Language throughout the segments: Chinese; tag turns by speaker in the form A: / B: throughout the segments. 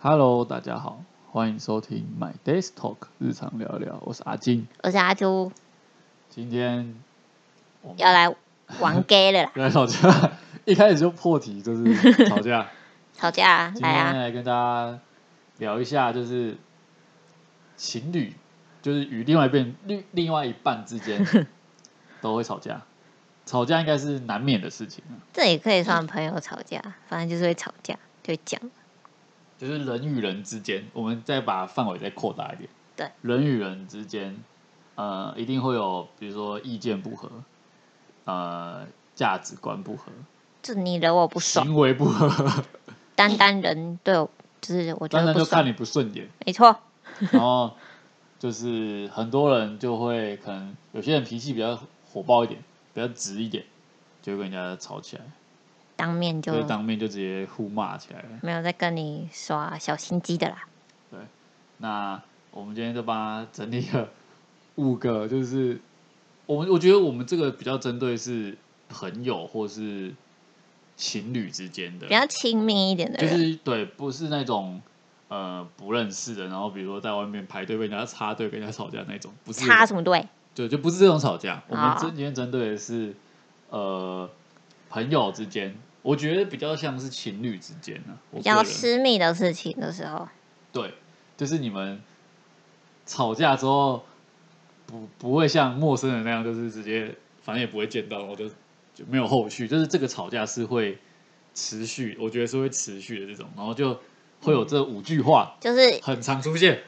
A: Hello，大家好，欢迎收听 My Days Talk 日常聊聊，我是阿金。
B: 我是阿朱，
A: 今天我们
B: 要来 玩 gay 了啦，
A: 来吵架， 一开始就破题，就是吵架。
B: 吵架啊
A: 今
B: 来
A: 天
B: 啊！
A: 来跟大家聊一下，就是情侣，就是与另外一边另另外一半之间都会吵架，吵架应该是难免的事情啊，
B: 这也可以算朋友吵架，反正就是会吵架，就会讲。
A: 就是人与人之间，我们再把范围再扩大一点。
B: 对，
A: 人与人之间，呃，一定会有，比如说意见不合，呃，价值观不合，
B: 就你惹我不爽，
A: 行为不合，
B: 单单人对我就是我觉
A: 当
B: 得
A: 然
B: 不
A: 就看
B: 爽，
A: 你不顺眼。
B: 没错，
A: 然后就是很多人就会可能有些人脾气比较火爆一点，比较直一点，就会跟人家吵起来，
B: 当面就
A: 就当面就直接互骂起来了。
B: 没有再跟你耍小心机的啦。
A: 那我们今天就帮他整理了五个，就是我们我觉得我们这个比较针对是朋友或是情侣之间的
B: 比，较亲密一点的
A: 就
B: 人，
A: 是对，不是那种呃不认识的，然后比如说在外面排队被人家插队、跟人家吵架那种，不是
B: 插什么队？
A: 对，就不是这种吵架。我们
B: 哦
A: 今今天针对的是呃朋友之间，我觉得比较像是情侣之间啊，我个
B: 比较
A: 人
B: 私密的事情的时候，
A: 对，就是你们吵架之后，不不会像陌生人那样，就是直接反正也不会见到，然后就就没有后续，就是这个吵架是会持续，我觉得是会持续的这种，然后就会有这五句话
B: 就是
A: 很常出现，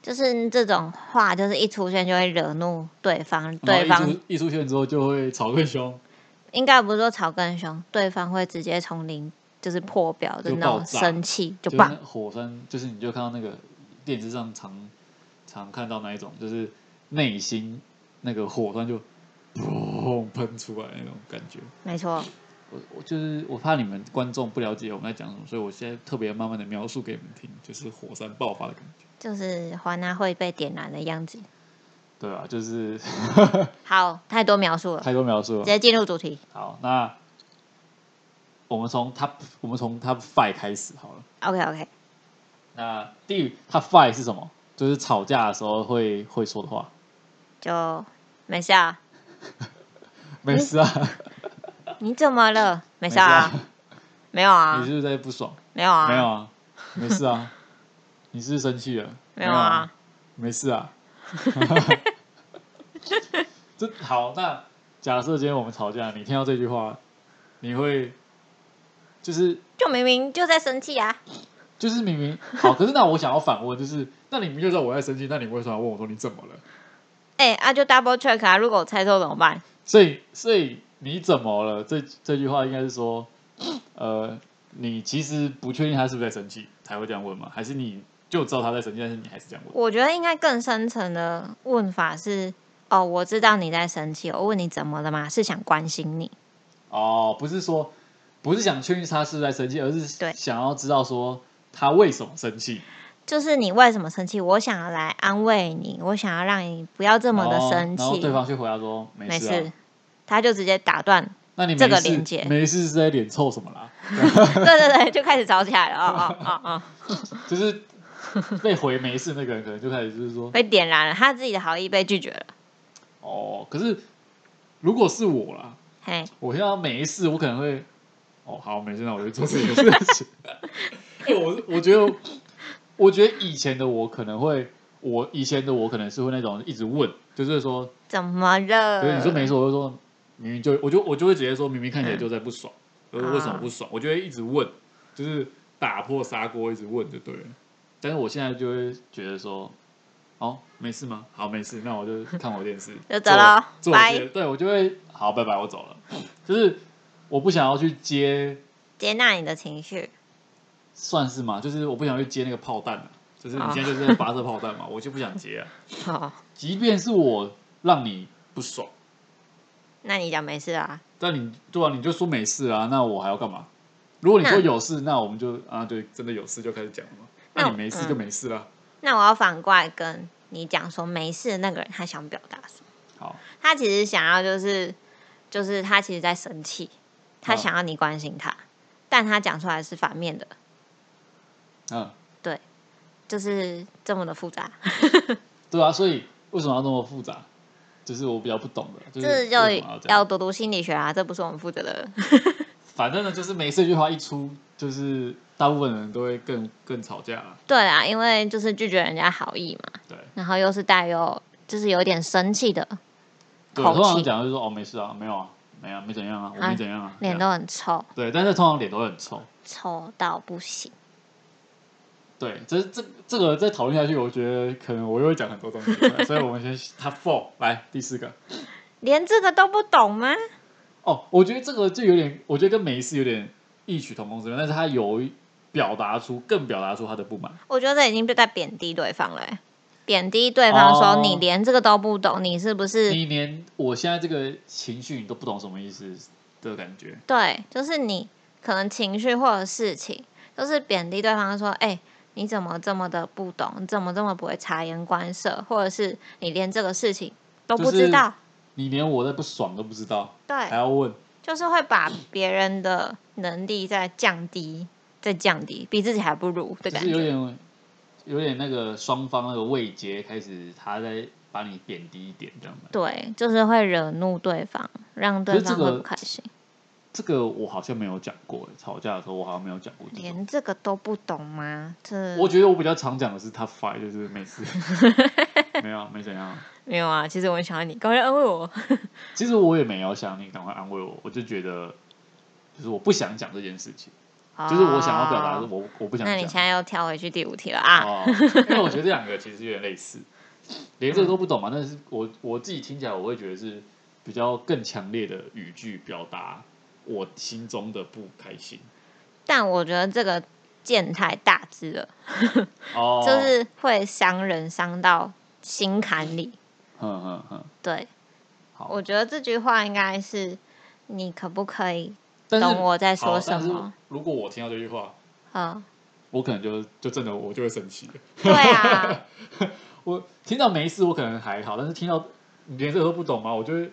B: 就是这种话，就是一出现就会惹怒对方，对
A: 然后
B: 方
A: 一出一出现之后就会吵更凶，
B: 应该不是说吵更凶，对方会直接从零就是破表的
A: 就
B: 那
A: 爆
B: 种
A: 炸
B: 生气，
A: 就
B: 就
A: 是
B: 棒
A: 那。火山，就是你就看到那个电视上常常看到那一种，就是内心那个火山就砰喷出来那种感觉。
B: 没错，
A: 我我就是我怕你们观众不了解我们在讲什么，所以我现在特别慢慢的描述给你们听，就是火山爆发的感觉。
B: 就是环娜会被点燃的样子。
A: 对啊，就是
B: 好，太多描述了，
A: 太多描述
B: 直
A: 了。
B: 接进入主题。
A: 好，那我们从 top 我们从 top five 开始好了。
B: OK OK，
A: 那第一 top five 是什么？就是吵架的时候会会说的话。
B: 就没事啊。
A: 没事啊，
B: 你怎么了？嗯没事啊，没有啊
A: 你，是不是在不爽？
B: 没有啊，
A: 没有啊，没事啊。你是不是生气了？
B: 没有啊，，
A: 没事啊。这好，那假设今天我们吵架，你听到这句话，你会就是
B: 就明明就在生气啊。
A: 就是明明好，可是那我想要反问，就是那你明明就知道我在生气，那你为什么要问我说你怎么了？
B: 哎、啊就 double check 啊，如果我猜错怎么办？
A: 所以所以你怎么了？这这句话应该是说，呃，你其实不确定他是不是在生气才会这样问吗？还是你就知道他在生气，但是你还是这样问？
B: 我觉得应该更深层的问法是，哦，我知道你在生气，我问你怎么了嘛，是想关心你。
A: 哦，不是说不是想确定他是不是在生气，而是
B: 对
A: 想要知道说他为什么生气。
B: 就是你为什么生气？我想要来安慰你，我想要让你不要这么的
A: 哦
B: 生
A: 然后然后
B: 气。
A: 对方却回答说没
B: 没
A: 事、啊，
B: 事，他就直接打断
A: 那你没事
B: 这个连接
A: 没事是在脸臭什么啦？
B: 对对对，就开始吵起来了，哦哦哦哦，
A: 就是 被回没事那个人可能就开始就是 说
B: 哦被点燃了，他自己的好意被拒绝了，
A: 哦，可是如果是我啦，
B: 嘿，
A: 我现在没事，我可能会哦好没事，那我就做自己的事情。 因为我我觉得我觉得以前的我可能会，我以前的我可能是会那种一直问，就是说
B: 怎么了？
A: 所以你说没事，我就说明明就我就我就会直接说明明看起来
B: 嗯
A: 就在不爽，我说为什么不
B: 啊
A: 爽？我就会一直问，就是打破砂锅一直问就对了。但是我现在就会觉得说，哦，没事吗？好，没事，那我就看我电视，
B: 就走了
A: 做我
B: 拜
A: 做我对我就会好，拜拜，我走了。就是我不想要去接，
B: 接纳你的情绪，
A: 算是吗？就是我不想去接那个炮弹、啊，就是你
B: 哦
A: 现在就是在发射炮弹嘛，我就不想接、啊。
B: 哦，
A: 即便是我让你不爽。
B: 那你讲没事啊？
A: 但你对啊，你就说没事啊，那我还要干嘛？如果你说
B: 那
A: 有事，那我们就啊，对，真的有事就开始讲了嘛。
B: 那
A: 那
B: 我
A: 你没事就没事啦。
B: 那我要反过来跟你讲说，没事的那个人他想表达什么？
A: 好，
B: 他其实想要就是就是他其实在生气，他
A: 嗯
B: 想要你关心他，但他讲出来是反面的，
A: 嗯，
B: 就是这么的复杂。
A: 对啊，所以为什么要那么复杂？就是我比较不懂的，就是
B: 这就
A: 嗯为什么要这样
B: 要读读心理学啊，这不是我们负责的。
A: 反正呢，就是每次这句话一出，就是大部分人都会更更吵架了。
B: 对啊，因为就是拒绝人家好意嘛，
A: 对，
B: 然后又是带有就是有点生气的
A: 对，
B: 口
A: 通常
B: 气
A: 讲就是说哦，没事啊，没有啊，没啊，没怎样啊，我
B: 啊
A: 没怎样啊，这
B: 脸
A: 样
B: 都很臭，
A: 对，但是通常脸都会很臭。
B: 臭到不行。
A: 对，这这这个再讨论下去，我觉得可能我又会讲很多东西出 来，所以我们先他 four 来第四个
B: 连这个都不懂吗？
A: 哦，我觉得这个就有点，我觉得跟每一次有点异曲同工之妙，但是他有表达出更表达出他的不满，
B: 我觉得这已经就在贬低对方了欸、贬低对方说、
A: 哦
B: 你连这个都不懂，你是不是？
A: 你连我现在这个情绪你都不懂什么意思的感觉，
B: 对，就是你可能情绪或者事情，就是贬低对方说，哎、你怎么这么的不懂？你怎么这么不会察言观色？或者是你连这个事情都不
A: 就是
B: 知道？
A: 你连我在不爽都不知道，还
B: 对，
A: 要问，
B: 就是会把别人的能力再降低，再降低，比自己还不如的
A: 就
B: 感
A: 是有
B: 觉。
A: 点有点那个双方那个位阶开始他在把你贬低一点这样的，
B: 对，就是会惹怒对方，让
A: 可
B: 对
A: 是这
B: 方会
A: 个
B: 不开心。
A: 这个我好像没有讲过，吵架的时候我好像没有讲过这种。
B: 连这个都不懂吗？这
A: 我觉得我比较常讲的是 top five，就是每 次没有啊没怎样啊。
B: 没有啊。其实我很想要你，赶快安慰我。
A: 其实我也没有想你赶快安慰我，我就觉得就是我不想讲这件事情，就是我想要表达的是
B: 哦。
A: 我我不想
B: 那你现
A: 讲。
B: 在又跳回去第五题了啊？
A: 哦，因为我觉得这两个其实有点类似，连这个都不懂嘛。但是我我自己听起来，我会觉得是比较更强烈的语句表达我心中的不开心。
B: 但我觉得这个剑太大只了，
A: 哦，
B: 就是会伤人伤到心坎里。
A: 嗯嗯嗯，
B: 对，
A: 好。
B: 我觉得这句话应该是你可不可以
A: 但是
B: 懂我哦在
A: 好
B: 说什
A: 但是
B: 么？
A: 如果我听到这句话，
B: 嗯，
A: 我可能就就真的我就会生气了。
B: 对啊，
A: 我听到没事，我可能还好，但是听到你连这个都不懂吗？我就会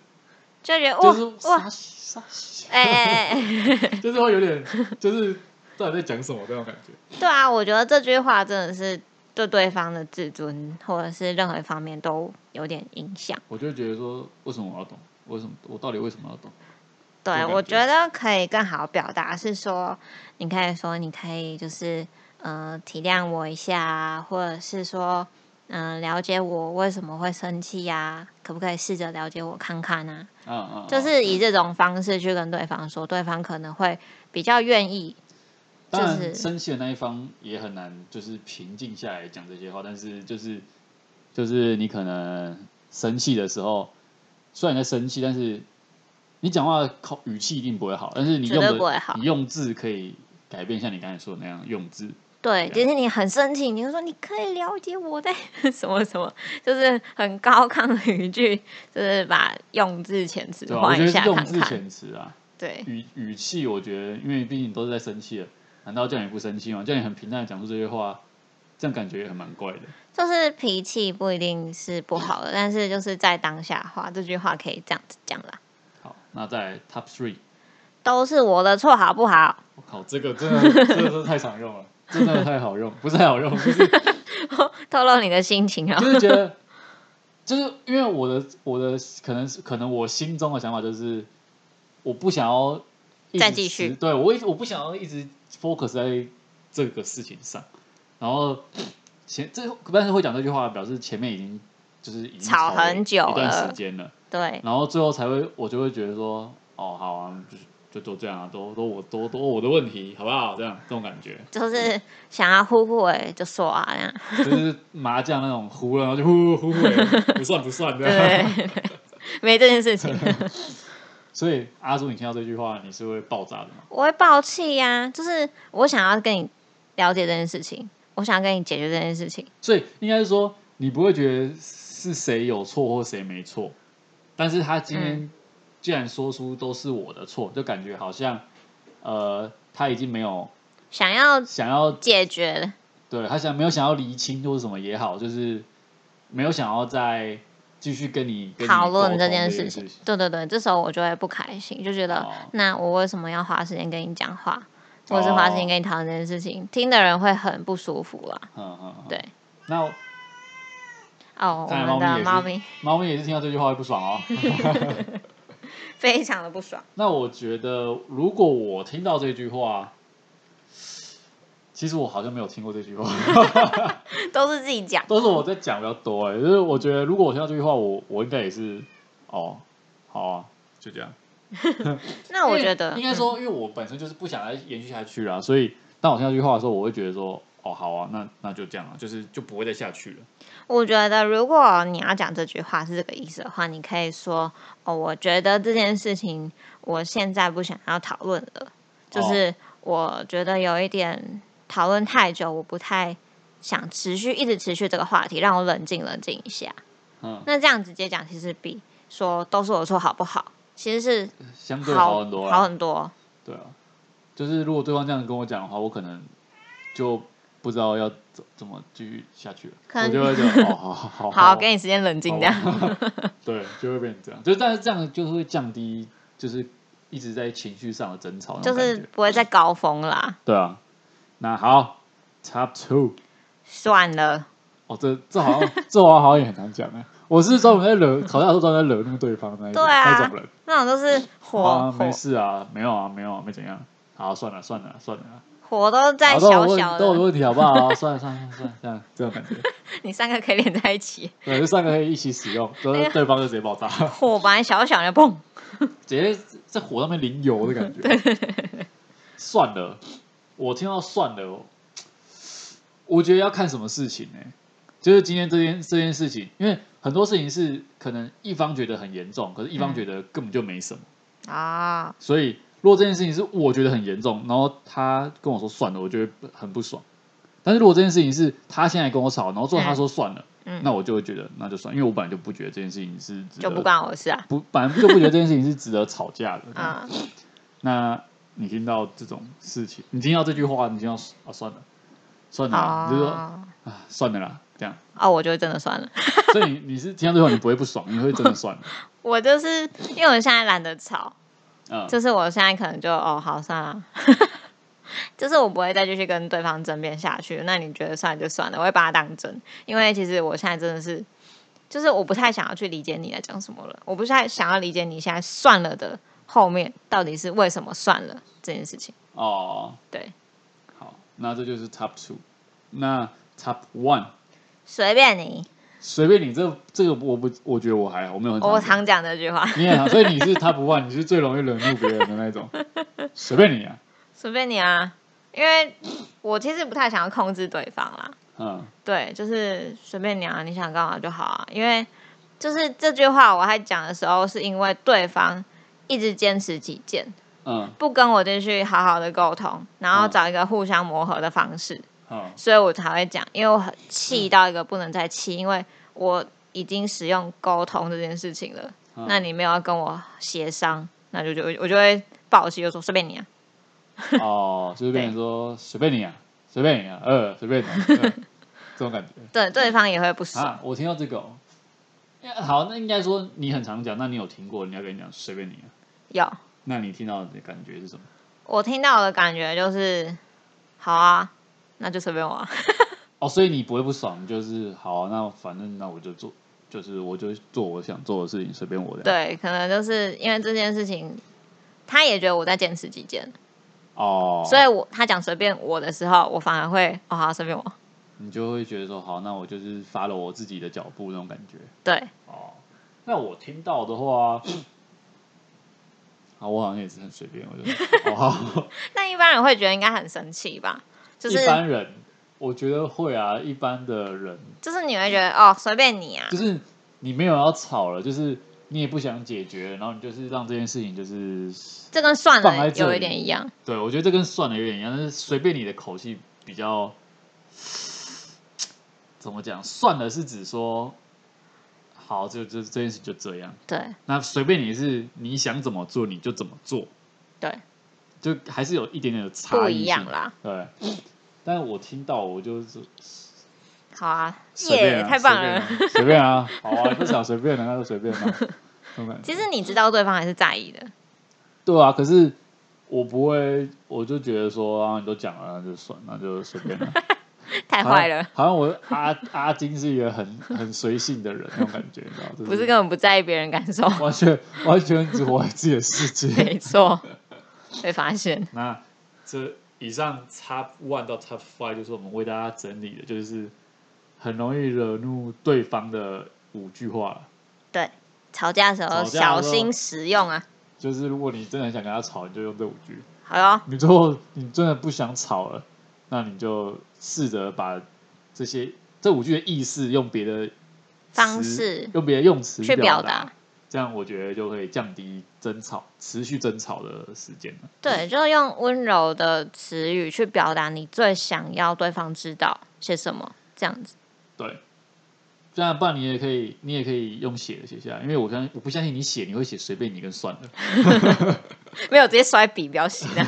B: 就觉得
A: 就
B: 哇
A: 是
B: 哇，
A: 傻傻小，
B: 哎哎哎，哎
A: 就是会有 点就是到底在讲什么这种感觉。
B: 对啊，我觉得这句话真的是对对方的自尊或者是任何一方面都有点影响。
A: 我就会觉得说，为什么我要懂？为什么我到底为什么要懂？这
B: 对，
A: 种
B: 我
A: 感
B: 觉得可以更好表达是说，你可以说，你可以就是呃体谅我一下啊，或者是说嗯、呃了解我为什么会生气呀、可不可以试着了解我看看啊？
A: 嗯嗯，
B: 就是以这种方式去跟对方说，对方可能会比较愿意。
A: 当
B: 就是
A: 然生气的那一方也很难就是平静下来讲这些话，但是就是就是你可能生气的时候，虽然你在生气，但是你讲话的口语气一定不会好，但是你
B: 绝
A: 用
B: 对
A: 的
B: 不会好
A: 你用字可以改变，像你刚才说的那样用字。
B: 对，
A: 对
B: 就是你很生气，你就说你可以了解我在 什么什么，就是很高亢的语句，就是把用字遣词
A: 对、啊，我
B: 换
A: 觉
B: 一
A: 得
B: 下
A: 是用
B: 看
A: 字
B: 看。
A: 遣词啊，
B: 对，
A: 语语气，我觉得，因为毕竟你都是在生气了，难道叫你不生气吗？叫你很平淡的讲出这些话，这样感觉也很蛮怪的。
B: 就是脾气不一定是不好的，但是就是在当下的话，这句话可以这样子讲啦，
A: 好，那再来 top three，
B: 都是我的错，好不好？
A: 我靠，这个真的真的是太常用了，真的太好用，不是太好用，就是
B: 透露你的心情啊
A: 就！是觉得，就是因为我的我的可能是可能我心中的想法就是，我不想要一直
B: 再继续
A: 持对我一直我不想要一直 focus 在这个事情上，然后前这但是会讲这句话，表示前面已经就是已经
B: 吵
A: 了
B: 很久
A: 一段
B: 了
A: 时间了，
B: 对，
A: 然后最后才会我就会觉得说，哦，好啊，就是就都这样啊，都都我都都我的问题，好不好？这样这种感觉，
B: 就是想要呼呼哎，就说啊那样。
A: 就是麻将那种胡了，然后就呼呼呼呼，不算不算这样。
B: 对，没这件事情，
A: 所以阿朱，你听到这句话，你是会爆炸的吗？
B: 我会爆气呀、就是我想要跟你了解这件事情，我想要跟你解决这件事情。
A: 所以应该是说，你不会觉得是谁有错或谁没错，但是他今
B: 嗯
A: 天既然说出都是我的错，就感觉好像呃，他已经没有
B: 想要
A: 想要
B: 解决，
A: 对他想没有想要厘清或者什么也好，就是没有想要再继续跟你跟你
B: 讨
A: 沟
B: 论
A: 通
B: 这
A: 这
B: 件
A: 事
B: 事情。对对对，这时候我就会不开心，就觉得、
A: 哦
B: 那我为什么要花时间跟你讲话？或是花时间
A: 哦
B: 跟你讨论这件事情，听的人会很不舒服啦。
A: 嗯嗯，
B: 对，
A: 嗯那
B: 哦，我
A: 当然
B: 们的猫
A: 猫
B: 咪
A: 猫咪也是听到这句话会不爽哦。
B: 非常的不爽。
A: 那我觉得，如果我听到这句话，其实我好像没有听过这句话，
B: 都是自己讲。
A: 都是我在讲比较多哎、就是我觉得，如果我听到这句话，我我应该也是哦，好啊，就这样。
B: 那我
A: 因为
B: 觉得嗯
A: 应该，说，因为我本身就是不想再延续下去了，所以当我听到这句话的时候，我会觉得说，哦，好啊，那那就这样啊，就是就不会再下去了。
B: 嗯我觉得如果你要讲这句话是这个意思的话，你可以说哦，我觉得这件事情我现在不想要讨论了，
A: 哦
B: 就是我觉得有一点讨论太久，我不太想持续一直持续这个话题，让我冷静冷静一下。
A: 嗯，
B: 那这样直接讲，其实比说都是我错好不好，其实是
A: 相对
B: 好
A: 好很多
B: 好
A: 了。
B: 很多。
A: 对啊，就是如果对方这样跟我讲的话，我可能就不知道要怎怎么继续下去了，
B: 可能
A: 我就会觉得， 哦，好好好，
B: 好，给你时间冷静
A: 好
B: 这样。
A: 对，就会变成这样。就是但是这样就会降低，就是一直在情绪上的争吵那
B: 就
A: 种啊感觉，
B: 是不会再高峰啦，
A: 对啊。那好，Top Two。
B: 算了，
A: 哦，这这好 像这我好像也很难讲哎。我是专门在惹吵架的时候专门在惹怒对方的那一种、
B: 对啊
A: 那种人。
B: 那种都是火、
A: 啊，
B: 火
A: 没事啊，没有啊，没有啊，没怎样。好，算了算了算了啊，
B: 火都在
A: 好都有
B: 小
A: 问
B: 小
A: 都有
B: 的，
A: 问题好不 好？算了算了算了，这样这种感觉，
B: 你三个可以连在一起，
A: 对，这三个可以一起使用，都
B: 哎呀
A: 是对方就直接爆炸，
B: 火本来小小的，砰，
A: 直接在火上面淋油的感觉。算了，我听到算了，我觉得要看什么事情呢、欸就是今天这件这件事情，因为很多事情是可能一方觉得很严重，可是一方
B: 嗯
A: 觉得根本就没什么。
B: 啊、
A: 所以如果这件事情是我觉得很严重，然后他跟我说算了，我就会很不爽。但是如果这件事情是他现在跟我吵，然后最后他说算了，
B: 嗯
A: 那我就会觉得那就算，因为我本来就不觉得这件事情是值得
B: 就不关我的事啊，
A: 不本来就不觉得这件事情是值得吵架的。
B: 啊、
A: 那你听到这种事情，你听到这句话，你听到啊算了，算了啦，你就说啊
B: 哦，
A: 算了啦，这样。
B: 哦，我就会真的算了，
A: 所以你你是听到最后你不会不爽，你会真的 算了。
B: 我就是因为我现在懒得吵，
A: 嗯，
B: 就是我现在可能就哦，好算了。 就是我不会再继续跟对方争辩下去。那你觉得算了就算了，我会把它当真，因为其实我现在真的是，就是我不太想要去理解你在讲什么了，我不太想要理解你现在算了的后面到底是为什么算了这件事情。
A: 哦，
B: 对，
A: 好，那这就是 top two，那 top one。
B: 随便你，
A: 随便你这这个我不，我觉得我还好，我没有很
B: 哦我
A: 常
B: 常讲这句话，
A: 你也常，所以你是 top one，你是最容易惹怒别人的那 种。随便你啊，
B: 随便你啊，因为我其实不太想要控制对方啦。
A: 嗯，
B: 对，就是随便你啊，你想干嘛就好啊。因为就是这句话我还讲的时候，是因为对方一直坚持己见，
A: 嗯
B: 不跟我继续好好的沟通，然后
A: 嗯
B: 找一个互相磨合的方式，
A: 好，
B: 所以我才会讲，因为我很气到一个不能再气，因为我已经使用沟通这件事情了，
A: 嗯
B: 那你没有要跟我协商，那就就我就会暴气，就说随便你啊。
A: 哦，就是变成说随便你啊，随便你啊，呃，随便你、啊， 呃这种感觉
B: 对，对方也会不爽。
A: 啊。我听到这个、哦，好，那应该说你很常讲，那你有听过人家跟你讲随便你啊？
B: 有，
A: 那你听到的感觉是什么？
B: 我听到的感觉就是，好啊，那就随便我啊。
A: 哦，所以你不会不爽，你就是好、啊，那反正那我就做，就是我就做我想做的事情，随便我的。，
B: 对，可能就是因为这件事情，他也觉得我在坚持己见，
A: 哦，
B: 所以我他讲随便我的时候，我反而会哦好随便我。
A: 你就会觉得说，好，那我就是发了我自己的脚步那种感觉。
B: 对，
A: 哦，那我听到的话， 啊，我好像也是很随便，我 觉得。哦，好
B: 但一般人会觉得应该很生气吧？就是
A: 一般人，我觉得会啊，一般的人
B: 就是你会觉得哦随便你啊
A: 就，是你没有要吵了，就是你也不想解决，然后你就是让这件事情就是，
B: 这跟算
A: 放在
B: 了
A: 这里
B: 有一点一样。
A: 对我觉得这跟算了有点一样，但是随便你的口气比较，怎么讲？算了是指说，好，就就这件事就这样。
B: 对
A: 那随便你是你想怎么做你就怎么做，
B: 对，
A: 就还是有一点点的差
B: 不
A: 异性
B: 一样。啦。
A: 对，但是我听到我就是
B: 好啊，
A: 随
B: 耶、
A: 便啊
B: 太棒了！，
A: 随便啊，随便啊好啊，不想随便的 那就随便吧。这种感觉
B: 其实你知道对方还是在意的，
A: 对啊，可是我不会，我就觉得说，啊，你都讲了，那就算，那就随便了。
B: 太
A: 啊
B: 坏了，
A: 好像，好像我阿阿金是一个很很随性的人，那种感觉，你知道？就是、
B: 不是根本不在意别人感受，
A: 完全完全只活在自己的世 界。
B: 没错，被发现。
A: 那这以上 Top One 到 Top Five 就是我们为大家整理的，就是很容易惹怒对方的五句话了。
B: 对，吵架的时
A: 吵
B: 候
A: 架
B: 小
A: 的时候
B: 心实用啊。
A: 就是如果你真的很想跟他吵，你就用这五句；
B: 好哟，
A: 你最后你真的不想吵了，那你就试着把这些这五句的意思用别的词
B: 方式
A: 用别的用词
B: 去表
A: 达
B: 达，。
A: 这样我觉得就可以降低争吵、持续争吵的时间了。
B: 对，就用温柔的词语去表达你最想要对方知道些什么，这样子。
A: 对，这样不然你也可以，你也可以用写的写下来，因为我相我不相信你写你会写随便你跟算了。
B: 没有直接甩笔，不要洗那样。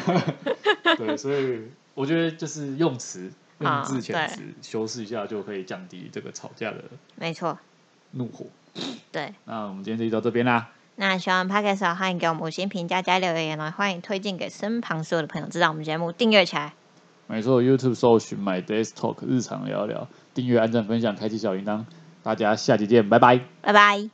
A: 对，所以我觉得就是用词、用
B: 啊
A: 字遣
B: 对
A: 词修饰一下，就可以降低这个吵架的
B: 没错，
A: 怒火。
B: 对。
A: 那我们今天这集到这边啦，
B: 那喜欢 Podcast 的话欢迎给我们五星评价加留言哦，欢迎推荐给身旁所有的朋友知道我们节目，订阅起来。
A: 没错，YouTube 搜寻 My Days Talk 日常聊聊，订阅、按赞、分享、开启小铃铛，大家下期见，拜拜。
B: 拜拜。